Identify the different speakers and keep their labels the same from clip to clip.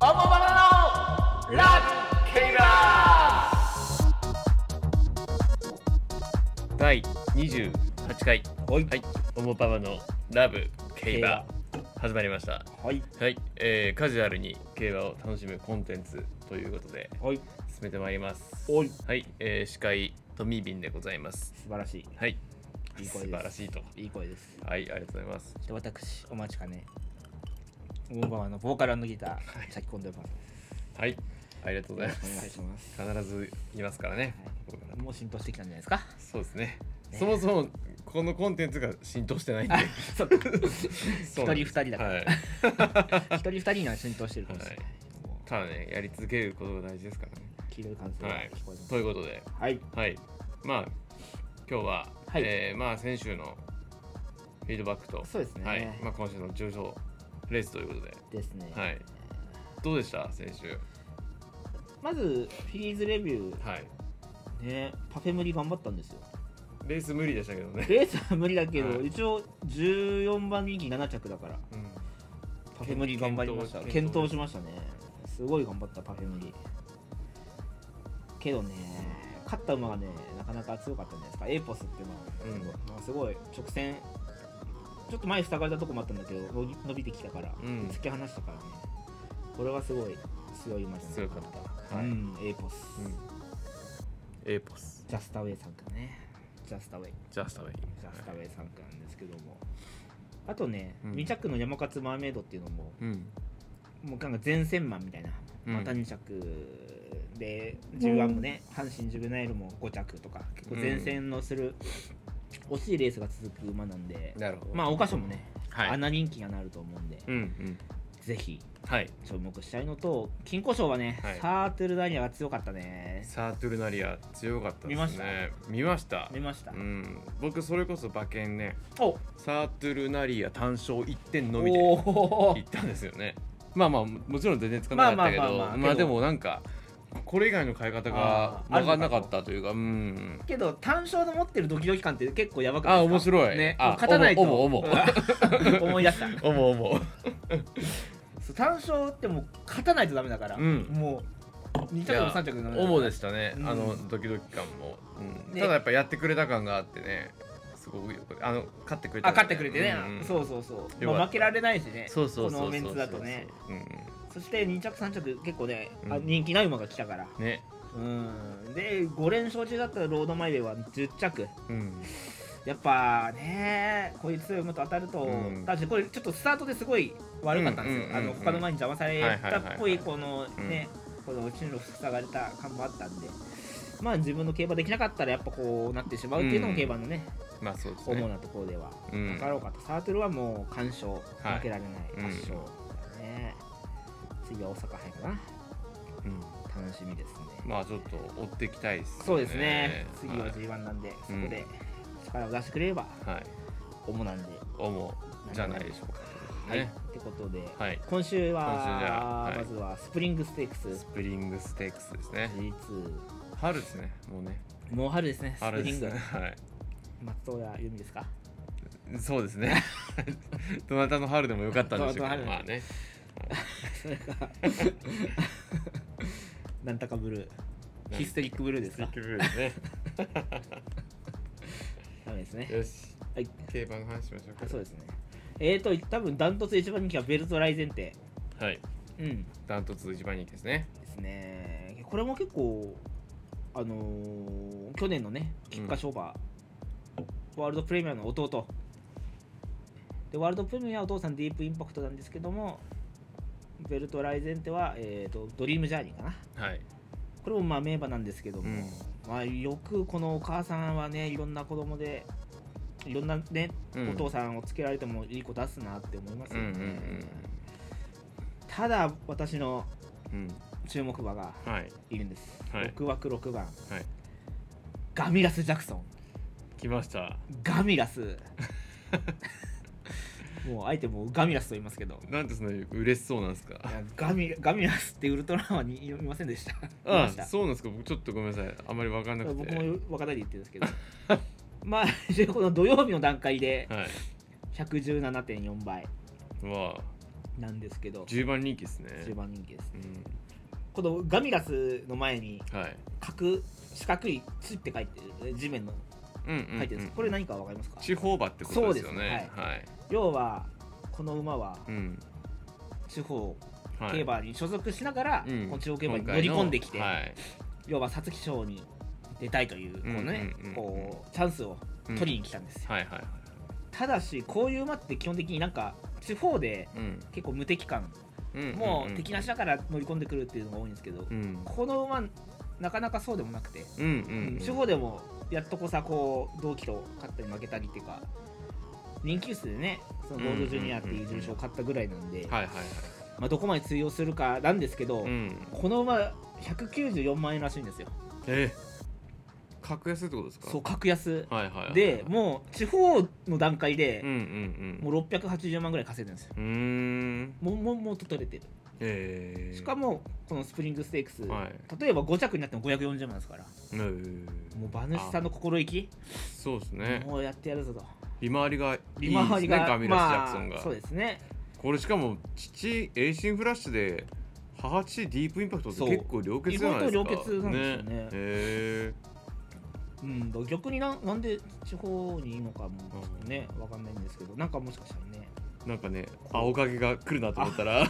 Speaker 1: オモバナのラッキーラ
Speaker 2: 第28回
Speaker 3: はい
Speaker 2: はいオモパパのラブ競馬始まりました
Speaker 3: はい
Speaker 2: はい、えー、カジュアルに競馬を楽しむコンテンツということで
Speaker 3: はい
Speaker 2: 進めてまいります
Speaker 3: おい素
Speaker 2: はい、えー、司会トミービンでございます
Speaker 3: 晴らしい
Speaker 2: はい
Speaker 3: いい
Speaker 2: 素
Speaker 3: 声です
Speaker 2: 晴らしいと
Speaker 3: いい声です
Speaker 2: はいありがとうございます
Speaker 3: で私お待ちかねウォンバマのボーカルギター先込んでます
Speaker 2: はいありがとうございま
Speaker 3: お願い
Speaker 2: す
Speaker 3: します
Speaker 2: 必ずいますからね、僕ら
Speaker 3: もう浸透してきたんじゃな いですか
Speaker 2: そうですねそもそもこのコンテンツが浸透してないんで
Speaker 3: そうか
Speaker 2: そうなんです
Speaker 3: 一人二人だから
Speaker 2: はい
Speaker 3: 一人二人には浸透してるかもしれない
Speaker 2: は
Speaker 3: も
Speaker 2: ただねやり続けることが大事ですからね
Speaker 3: う聞いてる感じが
Speaker 2: はい
Speaker 3: 聞こえます
Speaker 2: ということで
Speaker 3: はい
Speaker 2: はいまあ今日は、
Speaker 3: はい
Speaker 2: えーまあ先週のフィードバックと
Speaker 3: そうですね
Speaker 2: はいまあ、今週の重賞レースということで、
Speaker 3: ですね
Speaker 2: はい、どうでした先週
Speaker 3: まずフィリーズレビュ
Speaker 2: はい
Speaker 3: ーねパフェ無理頑張った んですよ
Speaker 2: レース無理でしたけどね、
Speaker 3: レースは無理だけど
Speaker 2: はい
Speaker 3: 一応14番人気7着だから
Speaker 2: うん、
Speaker 3: パフェ無理頑張りました
Speaker 2: 検
Speaker 3: 検
Speaker 2: 討
Speaker 3: 討しましたねすごい頑張ったパフェ無理けどね勝った馬がねなかなか強かったんじゃないですかエーポスっていうのは、まあ、すごい直線ちょっと前塞がれたとこもあったんだけど伸び伸びてきたから、
Speaker 2: うん
Speaker 3: 突き放したからねこれはすごい強い馬じゃない
Speaker 2: 強かった
Speaker 3: う
Speaker 2: はい、
Speaker 3: んエーポス、
Speaker 2: エーポス
Speaker 3: ジャスタウェイさんからねジャスタウェイ
Speaker 2: ジャスタウェイ
Speaker 3: ジャスタウェイさんからなんですけどもあとね、
Speaker 2: うん
Speaker 3: 2着の山勝マーメイドっていうのも
Speaker 2: うん
Speaker 3: もうなんか前線マンみたいな、
Speaker 2: うん
Speaker 3: また2着で10番もね、阪神ジュベナイルも5着とか結構前線のする、惜しいレースが続く馬なんで、
Speaker 2: なるほど
Speaker 3: まあ
Speaker 2: あ
Speaker 3: お菓子もね、
Speaker 2: はい
Speaker 3: 穴人気がなると思うんで、
Speaker 2: うんうん
Speaker 3: ぜひ
Speaker 2: はい
Speaker 3: 注目したいのと金庫賞はね、
Speaker 2: はい
Speaker 3: サーテルダニアが強かったね
Speaker 2: サートゥルナリア強かったですね
Speaker 3: 見ました
Speaker 2: 見ました
Speaker 3: 見ました、
Speaker 2: うん僕それこそ馬券ね
Speaker 3: お
Speaker 2: サートゥルナリア単勝1点のみで
Speaker 3: おお
Speaker 2: 行ったんですよねまあまあもちろん全然つかなかったけど
Speaker 3: まあまあ
Speaker 2: ま
Speaker 3: まあま
Speaker 2: あ
Speaker 3: あけ
Speaker 2: で
Speaker 3: ど
Speaker 2: もなんかこれ以外の買い方が
Speaker 3: あー
Speaker 2: 分かんなかったというかうん
Speaker 3: けど単勝の持ってるドキドキ感って結構やばくない
Speaker 2: あー
Speaker 3: で
Speaker 2: 面
Speaker 3: すか
Speaker 2: 白い
Speaker 3: ね
Speaker 2: あ
Speaker 3: 勝たないと
Speaker 2: おもおもおも
Speaker 3: 思い出した
Speaker 2: おもおも
Speaker 3: そう単勝ってもう勝たないとダメだから、
Speaker 2: うん
Speaker 3: もう2着も3着もダメだから
Speaker 2: おもでしたね
Speaker 3: うん
Speaker 2: あのドキドキ感もうん
Speaker 3: ね
Speaker 2: ただやっぱやってくれた感があってねすごくよくあの勝ってくれた
Speaker 3: あ勝ってくれてね、
Speaker 2: うんうん
Speaker 3: そうそうそう、
Speaker 2: よかっ
Speaker 3: ま
Speaker 2: た
Speaker 3: あ、負けられないしね
Speaker 2: そうそうそうそう
Speaker 3: このメンツだとね
Speaker 2: うん
Speaker 3: そして2着3着結構ね、あ
Speaker 2: うん
Speaker 3: 人気ない馬が来たから
Speaker 2: ね
Speaker 3: うんで5連勝中だったロードマイウェイは10着
Speaker 2: うん
Speaker 3: やっぱねこういう強い馬と当たると、
Speaker 2: うん
Speaker 3: だしこれちょっとスタートですごい悪かったんですよ、
Speaker 2: うんうんうんうん
Speaker 3: あの他の馬に邪魔されたっぽ
Speaker 2: はいはいはいはい
Speaker 3: いこのね、この進路塞がれた感もあったんでまあ自分の競馬できなかったらやっぱこうなってしまうっていうのも競馬のね、
Speaker 2: まあそうです
Speaker 3: 主
Speaker 2: ね
Speaker 3: なところでは
Speaker 2: うん
Speaker 3: かろうかと、サートルはもう完勝
Speaker 2: い
Speaker 3: 負けられない
Speaker 2: うん
Speaker 3: 圧勝だね、次は大阪杯かな
Speaker 2: うん
Speaker 3: 楽しみですね、
Speaker 2: まあちょっと追っていきたいですね
Speaker 3: そうですね、次
Speaker 2: は
Speaker 3: はい G1 なんで、そ
Speaker 2: うん
Speaker 3: こで力を出してくれれば
Speaker 2: はい
Speaker 3: 主なんで、
Speaker 2: おもじゃないでしょうか
Speaker 3: はい
Speaker 2: ね
Speaker 3: ってことで、
Speaker 2: はい
Speaker 3: 今週
Speaker 2: 今週じゃ
Speaker 3: は
Speaker 2: あはい
Speaker 3: まずはスプリングステークス
Speaker 2: スプリングステークスですね
Speaker 3: G2
Speaker 2: 春ですねもうね
Speaker 3: もう春ですねスプ
Speaker 2: 春
Speaker 3: リ
Speaker 2: で
Speaker 3: ン
Speaker 2: す
Speaker 3: グ、
Speaker 2: ねはい
Speaker 3: 松任谷由実で すか
Speaker 2: そうですね どなたの春でもよかったんでしょう
Speaker 3: どな
Speaker 2: け
Speaker 3: た
Speaker 2: ど
Speaker 3: の春
Speaker 2: まあね
Speaker 3: なんたかブルーヒステリックブルーですかダメですね
Speaker 2: よし
Speaker 3: はい
Speaker 2: 競馬の話しましょう
Speaker 3: あ
Speaker 2: か
Speaker 3: そうですねえーと多分ダントツ一番人気はベルトライゼンテ
Speaker 2: はい
Speaker 3: うん
Speaker 2: ダントツ一番人気ですね
Speaker 3: ですねこれも結構あのー去年のね菊花賞馬、ワールドプレミアの弟でワールドプレミアはお父さんディープインパクトなんですけどもベルト・ライゼンテは、えー、とドリームジャーニーかな
Speaker 2: はい
Speaker 3: これもまあ名馬なんですけども、
Speaker 2: うん
Speaker 3: まあ、よくこのお母さんはねいろんな子供でいろんなね、
Speaker 2: うん
Speaker 3: お父さんをつけられてもいい子出すなって思います
Speaker 2: うん
Speaker 3: よ
Speaker 2: う
Speaker 3: ね、
Speaker 2: ん
Speaker 3: ただ私の
Speaker 2: うん
Speaker 3: 注目馬が
Speaker 2: うんはい
Speaker 3: いるんです、
Speaker 2: はい
Speaker 3: 6枠6番
Speaker 2: はい
Speaker 3: ガミラス・ジャクソン
Speaker 2: 来ました
Speaker 3: ガミラ スもうあえてもうガミラスと言いますけど
Speaker 2: なんてその嬉しそうなんですか
Speaker 3: いやガミガミラスってウルトラマンにいませんでしたい
Speaker 2: あ
Speaker 3: ました
Speaker 2: そうなんですか僕ちょっとごめんなさいあんまり分かんなくて
Speaker 3: 僕も分からないで言ってるんですけ どまあ一応この土曜日の段階で
Speaker 2: はい
Speaker 3: 117.4倍
Speaker 2: まあ
Speaker 3: なんですけど
Speaker 2: 10番人気ですね
Speaker 3: 10番人気です
Speaker 2: う
Speaker 3: このガミガスの前に
Speaker 2: んはい
Speaker 3: 角四角い「つ」って書いてる地面の
Speaker 2: うんうんうん
Speaker 3: 書いてるんですこれ何かわかりますか
Speaker 2: 地方馬ってことですよね
Speaker 3: そうです
Speaker 2: はい、
Speaker 3: 要はこの馬は
Speaker 2: うん
Speaker 3: 地方
Speaker 2: はい
Speaker 3: 競馬に所属しながら、
Speaker 2: うん
Speaker 3: この地方競馬に乗り込んできて、
Speaker 2: 今回のはい
Speaker 3: 要は皐月賞に出たいというこう
Speaker 2: う
Speaker 3: ね
Speaker 2: んうんうんうん
Speaker 3: こうチャンスを
Speaker 2: うん
Speaker 3: 取りに来たんですよ、
Speaker 2: はいはいはい
Speaker 3: ただしこういう馬って基本的になんか地方で
Speaker 2: うん
Speaker 3: 結構無敵感、
Speaker 2: うんん
Speaker 3: もう敵なしだから乗り込んでくるっていうのが多いんですけど、
Speaker 2: うん
Speaker 3: この馬なかなかそうでもなくて、
Speaker 2: うんうん
Speaker 3: 地方でもやっとこさこう同期と勝ったり負けたりっていうか人気薄でねそのゴールドジュニアっていう重賞を勝ったぐらいなんで、
Speaker 2: はいはいはい
Speaker 3: まあ、どこまで通用するかなんですけど、
Speaker 2: うん
Speaker 3: この馬194万円らしいんですよ
Speaker 2: え格安ってことですか
Speaker 3: そう格安
Speaker 2: はいはいはいはい
Speaker 3: でもう地方の段階で
Speaker 2: うんうんうん
Speaker 3: もう680万ぐらい稼いでるんですよ
Speaker 2: うーん
Speaker 3: もうもうもう取れてる
Speaker 2: えー、
Speaker 3: しかもこのスプリングステークス、
Speaker 2: はい
Speaker 3: 例えば5着になっても540万ですから
Speaker 2: えー
Speaker 3: もう馬主さんの心意気
Speaker 2: そうですね
Speaker 3: もうやってやるぞと
Speaker 2: 利回りがいい
Speaker 3: 利回りが
Speaker 2: ですねカミラス・ジャクソンが、
Speaker 3: まあ、そうですね
Speaker 2: これしかも父エイシンフラッシュで母父ディープインパクトって
Speaker 3: そう
Speaker 2: 結構良血じゃないですか
Speaker 3: 意外と良血なんですよね
Speaker 2: へえ
Speaker 3: うん、だから逆にななんで地方にいいのかもちょっとねわかんないんですけどなんかもしかしたらね
Speaker 2: なんかね青影が来るなと思った ら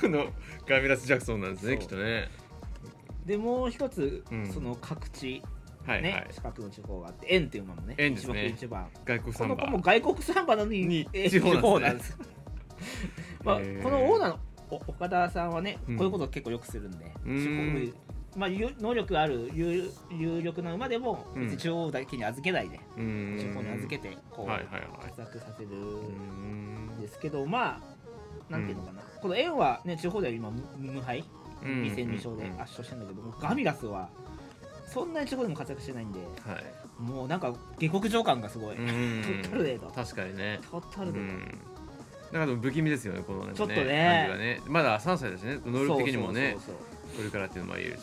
Speaker 2: このカミラス・ジャクソンなんですね
Speaker 3: そう
Speaker 2: きっとね
Speaker 3: でもう一つ、
Speaker 2: うん
Speaker 3: その各地
Speaker 2: はいはい、
Speaker 3: ね、四角の地方があって円っていう馬もね
Speaker 2: 円ですね
Speaker 3: 一番
Speaker 2: 外国
Speaker 3: こ
Speaker 2: 産
Speaker 3: の
Speaker 2: 馬
Speaker 3: 子も外国サンバなのに
Speaker 2: に
Speaker 3: えー
Speaker 2: 地方なん
Speaker 3: 地方なん
Speaker 2: へ
Speaker 3: です
Speaker 2: ー
Speaker 3: まあ、このオーナーのお岡田さんはね、
Speaker 2: うん
Speaker 3: こういうことを結構よくするんで、
Speaker 2: うーん
Speaker 3: 地方まあ、有能力ある有有力な馬でも
Speaker 2: うん
Speaker 3: 別に中央だけに預けないで、
Speaker 2: うーん
Speaker 3: 地方に預けてこう、
Speaker 2: はいはいはい
Speaker 3: 活躍させる
Speaker 2: うー
Speaker 3: ん
Speaker 2: ん
Speaker 3: ですけどまあなんていうのかな、この円はね地方では今無無敗
Speaker 2: うん
Speaker 3: 2戦2勝で
Speaker 2: う ん
Speaker 3: 圧勝してるんだけど、ガミラスはそんなに地方でも活躍してないんで
Speaker 2: はい
Speaker 3: もうなんか下克上感がすごい、
Speaker 2: うーん
Speaker 3: トトルネード
Speaker 2: 確かにね
Speaker 3: トッタルで、
Speaker 2: うんなんかでも不気味ですよね、このなんか
Speaker 3: ちょっとね
Speaker 2: 感じがねまだ3歳だしね、能力的にもね
Speaker 3: そう、そうそうそう
Speaker 2: これからっていうのもありえるし。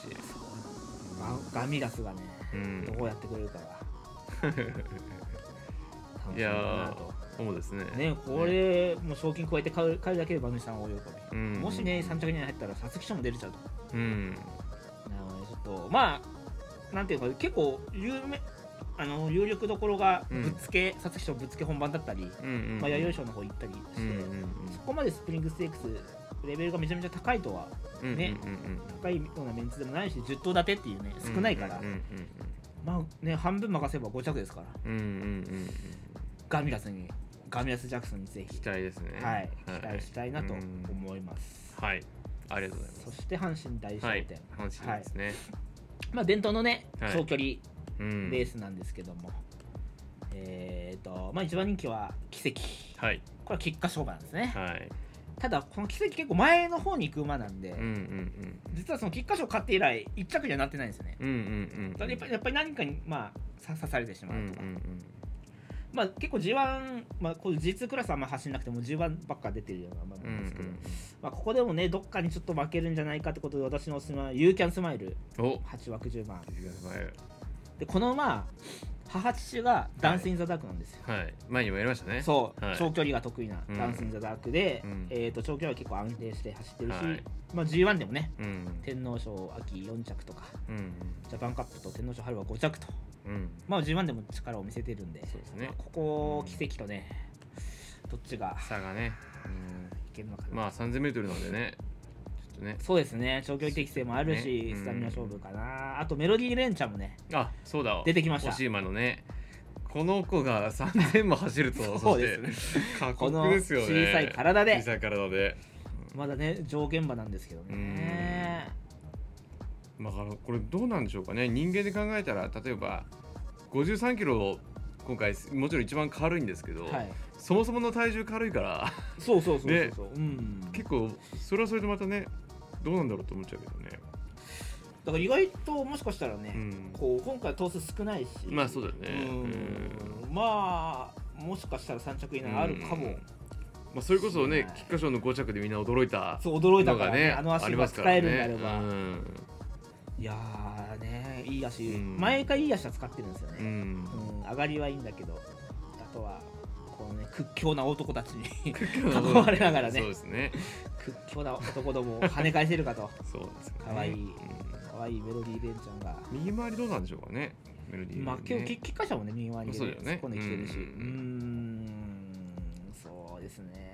Speaker 3: ガガミラスがね、
Speaker 2: うん
Speaker 3: どうやってくれるか
Speaker 2: い
Speaker 3: が楽しみだ
Speaker 2: や
Speaker 3: なと
Speaker 2: ー、そうですね。
Speaker 3: ねこれ、もう賞金加えて買う買うだけで馬主さんは大喜
Speaker 2: う
Speaker 3: び、
Speaker 2: ん
Speaker 3: もしね3着以内に入ったら皐月賞も出れちゃうと
Speaker 2: うん、
Speaker 3: なのでちょっとまあなんていうか結構有名あの有力どころが
Speaker 2: うん
Speaker 3: ぶっつけ皐月賞ぶっつけ本番だったり、
Speaker 2: うんうん、
Speaker 3: まあ、弥生
Speaker 2: し
Speaker 3: 賞の方行ったりして、
Speaker 2: うんうん
Speaker 3: そこまでスプリングステークスレベルがめちゃめちゃ高いとは
Speaker 2: うん、
Speaker 3: ね
Speaker 2: うんうんうん
Speaker 3: 高いようなメンツでもないし10頭立てっていうね
Speaker 2: うん、
Speaker 3: 少ないから、
Speaker 2: うんうん
Speaker 3: まあね半分任せば5着ですから
Speaker 2: うんうん、うんうんうんうん、
Speaker 3: ガミラスにガミラス・ジャクソンにぜ
Speaker 2: 期
Speaker 3: ひ、
Speaker 2: 待ですね。
Speaker 3: はい、期待したいなと
Speaker 2: うん
Speaker 3: 思います、
Speaker 2: はい、ありがとうございます。
Speaker 3: そして阪神大賞
Speaker 2: は
Speaker 3: 典
Speaker 2: い、、楽しみですね。
Speaker 3: まあ、伝統のね
Speaker 2: はい
Speaker 3: 長距離
Speaker 2: うん
Speaker 3: レースなんですけども、えっ、とまあ一番人気は奇跡
Speaker 2: はい、
Speaker 3: これは結果勝負なんですね、
Speaker 2: はい、
Speaker 3: ただこの奇跡結構前の方に行く馬なんで、
Speaker 2: うんうん
Speaker 3: 実はその菊花賞勝って以来一着にはなってないんですよね
Speaker 2: うん、うんうん
Speaker 3: だ
Speaker 2: う
Speaker 3: から
Speaker 2: ん、
Speaker 3: やっぱりやっぱり何かに、まあ、さ刺されてしま
Speaker 2: うんう
Speaker 3: うと
Speaker 2: ん
Speaker 3: か、
Speaker 2: うん、
Speaker 3: まあ、結構 G1、まあ、こういう G2 クラスはあんま走んなくても G1 ばっか出てるような馬
Speaker 2: う
Speaker 3: なんですけど、
Speaker 2: ん
Speaker 3: まあ、ここでもねどっかにちょっと負けるんじゃないかってことで私のおすすめは You Can Smile
Speaker 2: うん、お、
Speaker 3: 8枠10万
Speaker 2: 気づかせ
Speaker 3: でこの馬母父がダンス・イン・ザ・ダークなんですよ、
Speaker 2: はい、前にもやりましたね。
Speaker 3: そう、
Speaker 2: はい
Speaker 3: 長距離が得意な
Speaker 2: うん
Speaker 3: ダンス・イン・ザ・ダークで、
Speaker 2: うん
Speaker 3: えー、と長距離は結構安定して走ってるし、
Speaker 2: はい
Speaker 3: まあ、G1 でもね
Speaker 2: う。うん、
Speaker 3: 天皇賞秋4着とか
Speaker 2: うん、
Speaker 3: ジャパンカップと天皇賞春は5着と
Speaker 2: うん、
Speaker 3: まあ G1 でも力を見せてるんで
Speaker 2: そうですね
Speaker 3: まあここ奇跡とねどっちが
Speaker 2: 差がね、
Speaker 3: いけるのか
Speaker 2: う
Speaker 3: な、
Speaker 2: ん、まあ三千メートルなんでね、ちょっとね、
Speaker 3: そうですね長距離適性もあるし、
Speaker 2: ねうん
Speaker 3: スタミナ勝負かなあとメロディー・レンちゃんもね
Speaker 2: あ、そうだ、
Speaker 3: 出てきました
Speaker 2: 惜しい間のね、この子が三千も走ると、
Speaker 3: そうですね
Speaker 2: そして過
Speaker 3: こ
Speaker 2: 酷
Speaker 3: の
Speaker 2: ですよね。
Speaker 3: 小さい体で
Speaker 2: 小さい体で、
Speaker 3: まだね上限馬なんですけどね
Speaker 2: まああのこれどうなんでしょうかね。人間で考えたら例えば五十三キロ今回もちろん一番軽いんですけど、
Speaker 3: はい
Speaker 2: そもそもの体重軽いから。
Speaker 3: そうそうそうそう
Speaker 2: ね
Speaker 3: そう、うん
Speaker 2: 結構それはそれでまたねどうなんだろうと思っちゃうけどね
Speaker 3: だから意外ともしかしたらね、
Speaker 2: うん
Speaker 3: こう今回頭数少ないし
Speaker 2: まあそうだよ
Speaker 3: う
Speaker 2: ね
Speaker 3: んまあもしかしたら3着以内あるか
Speaker 2: う
Speaker 3: も
Speaker 2: んまあ、それこそね
Speaker 3: はい
Speaker 2: 菊花賞の5着でみんな驚いた
Speaker 3: そう驚いた
Speaker 2: の
Speaker 3: から
Speaker 2: が
Speaker 3: ね
Speaker 2: ね
Speaker 3: あの
Speaker 2: あ
Speaker 3: 足
Speaker 2: りま
Speaker 3: が
Speaker 2: すか
Speaker 3: 使
Speaker 2: ら
Speaker 3: え
Speaker 2: ね
Speaker 3: るんであれば
Speaker 2: うん
Speaker 3: いやーねいい足、
Speaker 2: うん
Speaker 3: 毎回いい足は使ってるんですよ
Speaker 2: う
Speaker 3: ね、
Speaker 2: ん
Speaker 3: うん上がりはいいんだけどあとはこのね屈強な男たち に
Speaker 2: な
Speaker 3: 囲まれながらね
Speaker 2: そうですね
Speaker 3: 屈強な男どもを跳ね返せるかと
Speaker 2: そうですよね
Speaker 3: 可愛い
Speaker 2: うん
Speaker 3: 可愛いメロディーベンちゃんが。
Speaker 2: 右回りどうなんでしょうかねメロディー、ね、
Speaker 3: まあ今日結結果者もね右回りで
Speaker 2: そうだよね
Speaker 3: 突っ込んできてるしう
Speaker 2: うん
Speaker 3: ーんそうですね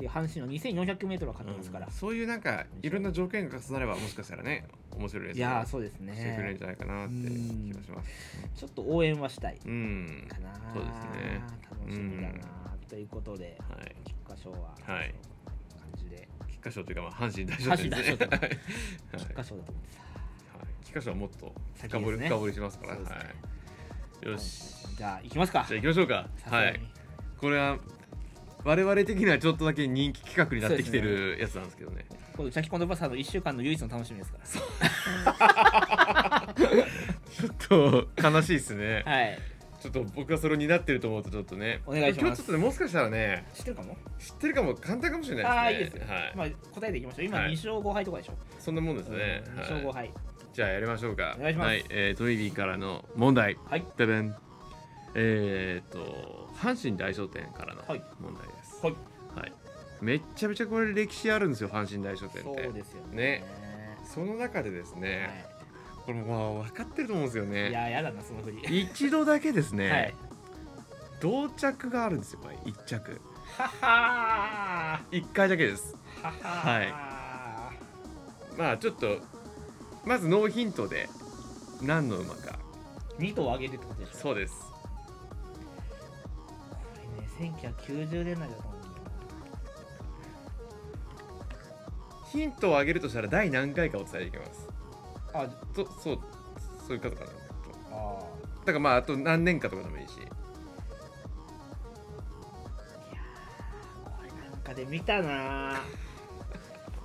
Speaker 3: いや阪神の 2400m は勝ってますから、
Speaker 2: うんそういうなんかいろんな条件が重なればもしかしたらね面白いレース
Speaker 3: いやー
Speaker 2: そ
Speaker 3: そうです
Speaker 2: してくれるん
Speaker 3: ね
Speaker 2: じゃないかなって気がします
Speaker 3: ちょっと応援はしたい
Speaker 2: うん
Speaker 3: かな
Speaker 2: そうですね
Speaker 3: 楽しみだなということで
Speaker 2: はい
Speaker 3: 菊花賞はこんな
Speaker 2: はい
Speaker 3: 感じで
Speaker 2: 菊花賞というかまあ阪神大賞典ですね
Speaker 3: 阪神大賞典
Speaker 2: はい
Speaker 3: 菊花賞だと思ってさ
Speaker 2: はい菊花賞はもっと
Speaker 3: 先
Speaker 2: 深掘
Speaker 3: です
Speaker 2: り
Speaker 3: ね
Speaker 2: 深掘りしますから
Speaker 3: そうですね
Speaker 2: はいよし
Speaker 3: じゃあ行きますか
Speaker 2: じゃあ行きましょうか
Speaker 3: さすが
Speaker 2: は
Speaker 3: に
Speaker 2: いこれは我々的にはちょっとだけ人気企画になってきて
Speaker 3: そ
Speaker 2: るやつなんですけどね
Speaker 3: このチャキコンドバサーの1週間の唯一の楽しみですから
Speaker 2: ちょっと悲しいですね
Speaker 3: はい
Speaker 2: ちょっと僕がそれを担ってると思うとちょっとね
Speaker 3: お願いします
Speaker 2: 今日ちょっとねもしかしたらね
Speaker 3: 知ってるかも
Speaker 2: 知ってるかも簡単かもしれ
Speaker 3: あ
Speaker 2: な
Speaker 3: あ
Speaker 2: い
Speaker 3: いい
Speaker 2: で
Speaker 3: ですす
Speaker 2: ね
Speaker 3: よ、
Speaker 2: はい、
Speaker 3: まあ答えていきましょう今
Speaker 2: はい
Speaker 3: 2勝5敗とかでしょ、
Speaker 2: そんなもんですね、
Speaker 3: うん2
Speaker 2: はい
Speaker 3: 勝5敗
Speaker 2: じゃあやりましょうか
Speaker 3: お願いします
Speaker 2: はいえー、トリビーからの問題
Speaker 3: はい
Speaker 2: ダダンえー、っと阪神大商店からの
Speaker 3: はい
Speaker 2: 問題です
Speaker 3: はい
Speaker 2: はいめっちゃめちゃこれ歴史あるんですよ阪神大商店っ
Speaker 3: そ
Speaker 2: て
Speaker 3: うですよ
Speaker 2: ねその中でですね、これもう分かってると思うんですよ
Speaker 3: はい、い
Speaker 2: ね
Speaker 3: ややだなその振り
Speaker 2: 一度だけですね、
Speaker 3: はい
Speaker 2: 同着があるんですよこれ一着
Speaker 3: はは
Speaker 2: 一回だけです
Speaker 3: ーはは
Speaker 2: はい
Speaker 3: は
Speaker 2: まあちょっとまずノーヒントで何の馬か
Speaker 3: 2頭上げるってことでしょ
Speaker 2: そううです
Speaker 3: これね1990年代だと思うんだよ
Speaker 2: ヒントをあげるとしたら第何回かお伝えできます
Speaker 3: なあ
Speaker 2: とそうそういうことかなだ
Speaker 3: あ
Speaker 2: からまああと何年かとかでもいいし
Speaker 3: これなんかで見たな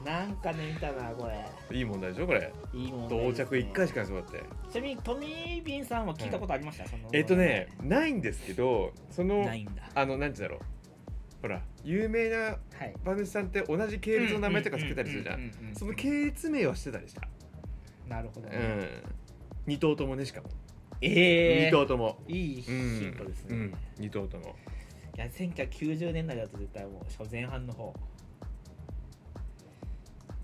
Speaker 3: なんかで見たなこれ
Speaker 2: いい問題でしょこれ
Speaker 3: いいもん、
Speaker 2: 到着一回しかないですよだって
Speaker 3: ちなみにトミービンさんは聞いたことありました、その
Speaker 2: えっとねないんですけどその
Speaker 3: ないんだ
Speaker 2: あの何て言うんだろうほら有名な
Speaker 3: はい
Speaker 2: 馬主さんって同じ系列の名前とかつけたりするじゃ
Speaker 3: うんうううう
Speaker 2: その系列名はしてたりした
Speaker 3: なるほど
Speaker 2: う
Speaker 3: ね、
Speaker 2: ん2頭ともねしかも
Speaker 3: ええ
Speaker 2: 2頭とも
Speaker 3: いいヒントですね、
Speaker 2: うん2頭とも
Speaker 3: いや1990年代だと絶対もう初前半の方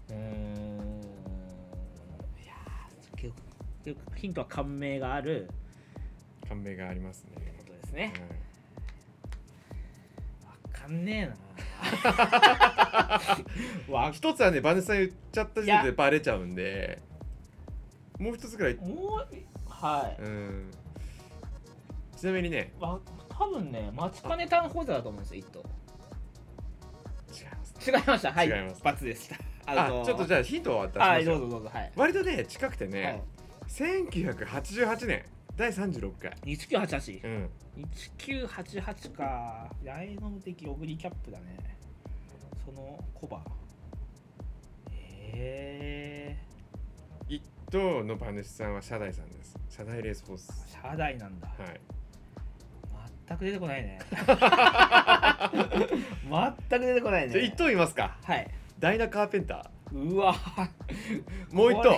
Speaker 3: うーんいやー結局結局ヒントは感銘がある
Speaker 2: 感銘がありますね
Speaker 3: ことですねわかんね えな
Speaker 2: あ
Speaker 3: わ
Speaker 2: 一つはねバネさん言っちゃった時点
Speaker 3: い
Speaker 2: で
Speaker 3: や
Speaker 2: バレちゃうんでもう一つくらい
Speaker 3: もうは
Speaker 2: うんちなみにね
Speaker 3: いわ多分ね待ちかね単宝座だと思うんですよ一頭
Speaker 2: 違います
Speaker 3: 違いましたはい
Speaker 2: 違います
Speaker 3: 罰でした
Speaker 2: あちょっとじ
Speaker 3: ゃ
Speaker 2: ゃあヒントを渡し
Speaker 3: は
Speaker 2: ま
Speaker 3: い
Speaker 2: しょ
Speaker 3: ど
Speaker 2: う
Speaker 3: うぞどうぞはい、
Speaker 2: 割とね近くて
Speaker 3: は
Speaker 2: ね
Speaker 3: い、
Speaker 2: 1988年第36回
Speaker 3: 1988
Speaker 2: うん
Speaker 3: 1988かライノム的オグリキャップだねそのコバえ
Speaker 2: 一等の馬主さんは社大さんです社大レースホー
Speaker 3: ー、
Speaker 2: ス
Speaker 3: シャダイなんだ、
Speaker 2: はい
Speaker 3: 全く出て こないね全く出てこない
Speaker 2: じゃあ
Speaker 3: ね
Speaker 2: 一等いますか
Speaker 3: はい
Speaker 2: ダイナ・カーペンタ
Speaker 3: うわ
Speaker 2: ーもう一
Speaker 3: 怖
Speaker 2: 等
Speaker 3: い、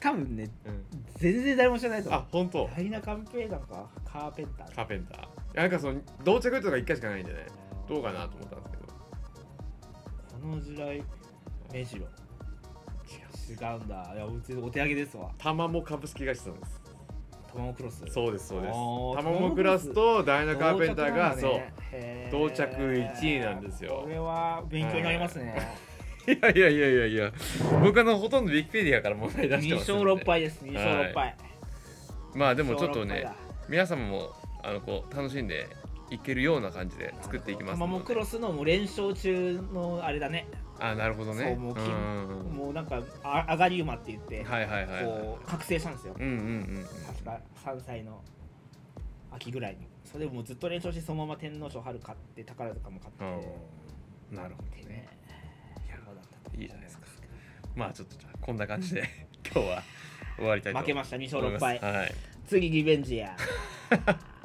Speaker 3: 多分ね
Speaker 2: うん、
Speaker 3: 全然誰も知らないと思う
Speaker 2: あ本当
Speaker 3: ダイナカンペーターかカーペンター
Speaker 2: カーペンターいやなんかその同着とか一回しかないんでねどうかなと思ったんですけど
Speaker 3: この時代目白違うんだいやうちお手上げですわ
Speaker 2: 玉も株式会社さんです
Speaker 3: 玉モクロス
Speaker 2: そうですそうです
Speaker 3: あー
Speaker 2: 玉もクラスとダイナ・カーペンターが
Speaker 3: 同着
Speaker 2: そう
Speaker 3: なんだねへー
Speaker 2: 同着1位なんですよ
Speaker 3: これは勉強になりますね
Speaker 2: いやいやいやいやいや僕あのほとんどウィキペディアから問題出して
Speaker 3: 2
Speaker 2: ますん
Speaker 3: 勝
Speaker 2: で
Speaker 3: 6敗です2勝6敗
Speaker 2: まあでもちょっと
Speaker 3: 二
Speaker 2: ね
Speaker 3: 勝
Speaker 2: 皆様もあのこう楽しんでいけるような感じで
Speaker 3: 六敗だ
Speaker 2: 作っていきます
Speaker 3: なるほど玉もクロ
Speaker 2: ス
Speaker 3: スのもう連勝中のあれだね
Speaker 2: あなるほどね
Speaker 3: そうもう金
Speaker 2: んうんうん
Speaker 3: もうなんかあ上がり馬って言って
Speaker 2: はいはいはいはい
Speaker 3: こう覚醒したんですよ
Speaker 2: うんうんうん
Speaker 3: 確か3歳の秋ぐらいにそれでもうずっと連勝してそのまま天皇賞春買って宝塚も買って
Speaker 2: うんうんなるほ
Speaker 3: って
Speaker 2: ど
Speaker 3: ね
Speaker 2: ね
Speaker 3: いやそうだったと
Speaker 2: いいじゃないですかまあちょっとじゃあこんな感じで 今日は終わりたいと
Speaker 3: 負け
Speaker 2: 思い
Speaker 3: ま
Speaker 2: ま
Speaker 3: した2
Speaker 2: す
Speaker 3: 勝6敗
Speaker 2: はい
Speaker 3: 次リベンジや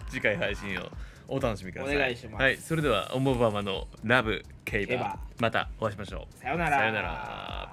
Speaker 2: 次回配信をお楽しみください
Speaker 3: お願いします
Speaker 2: はいそれではオモバマのラブケイバー
Speaker 3: ケイバー
Speaker 2: またお会いしましょう
Speaker 3: さよなら
Speaker 2: さよなら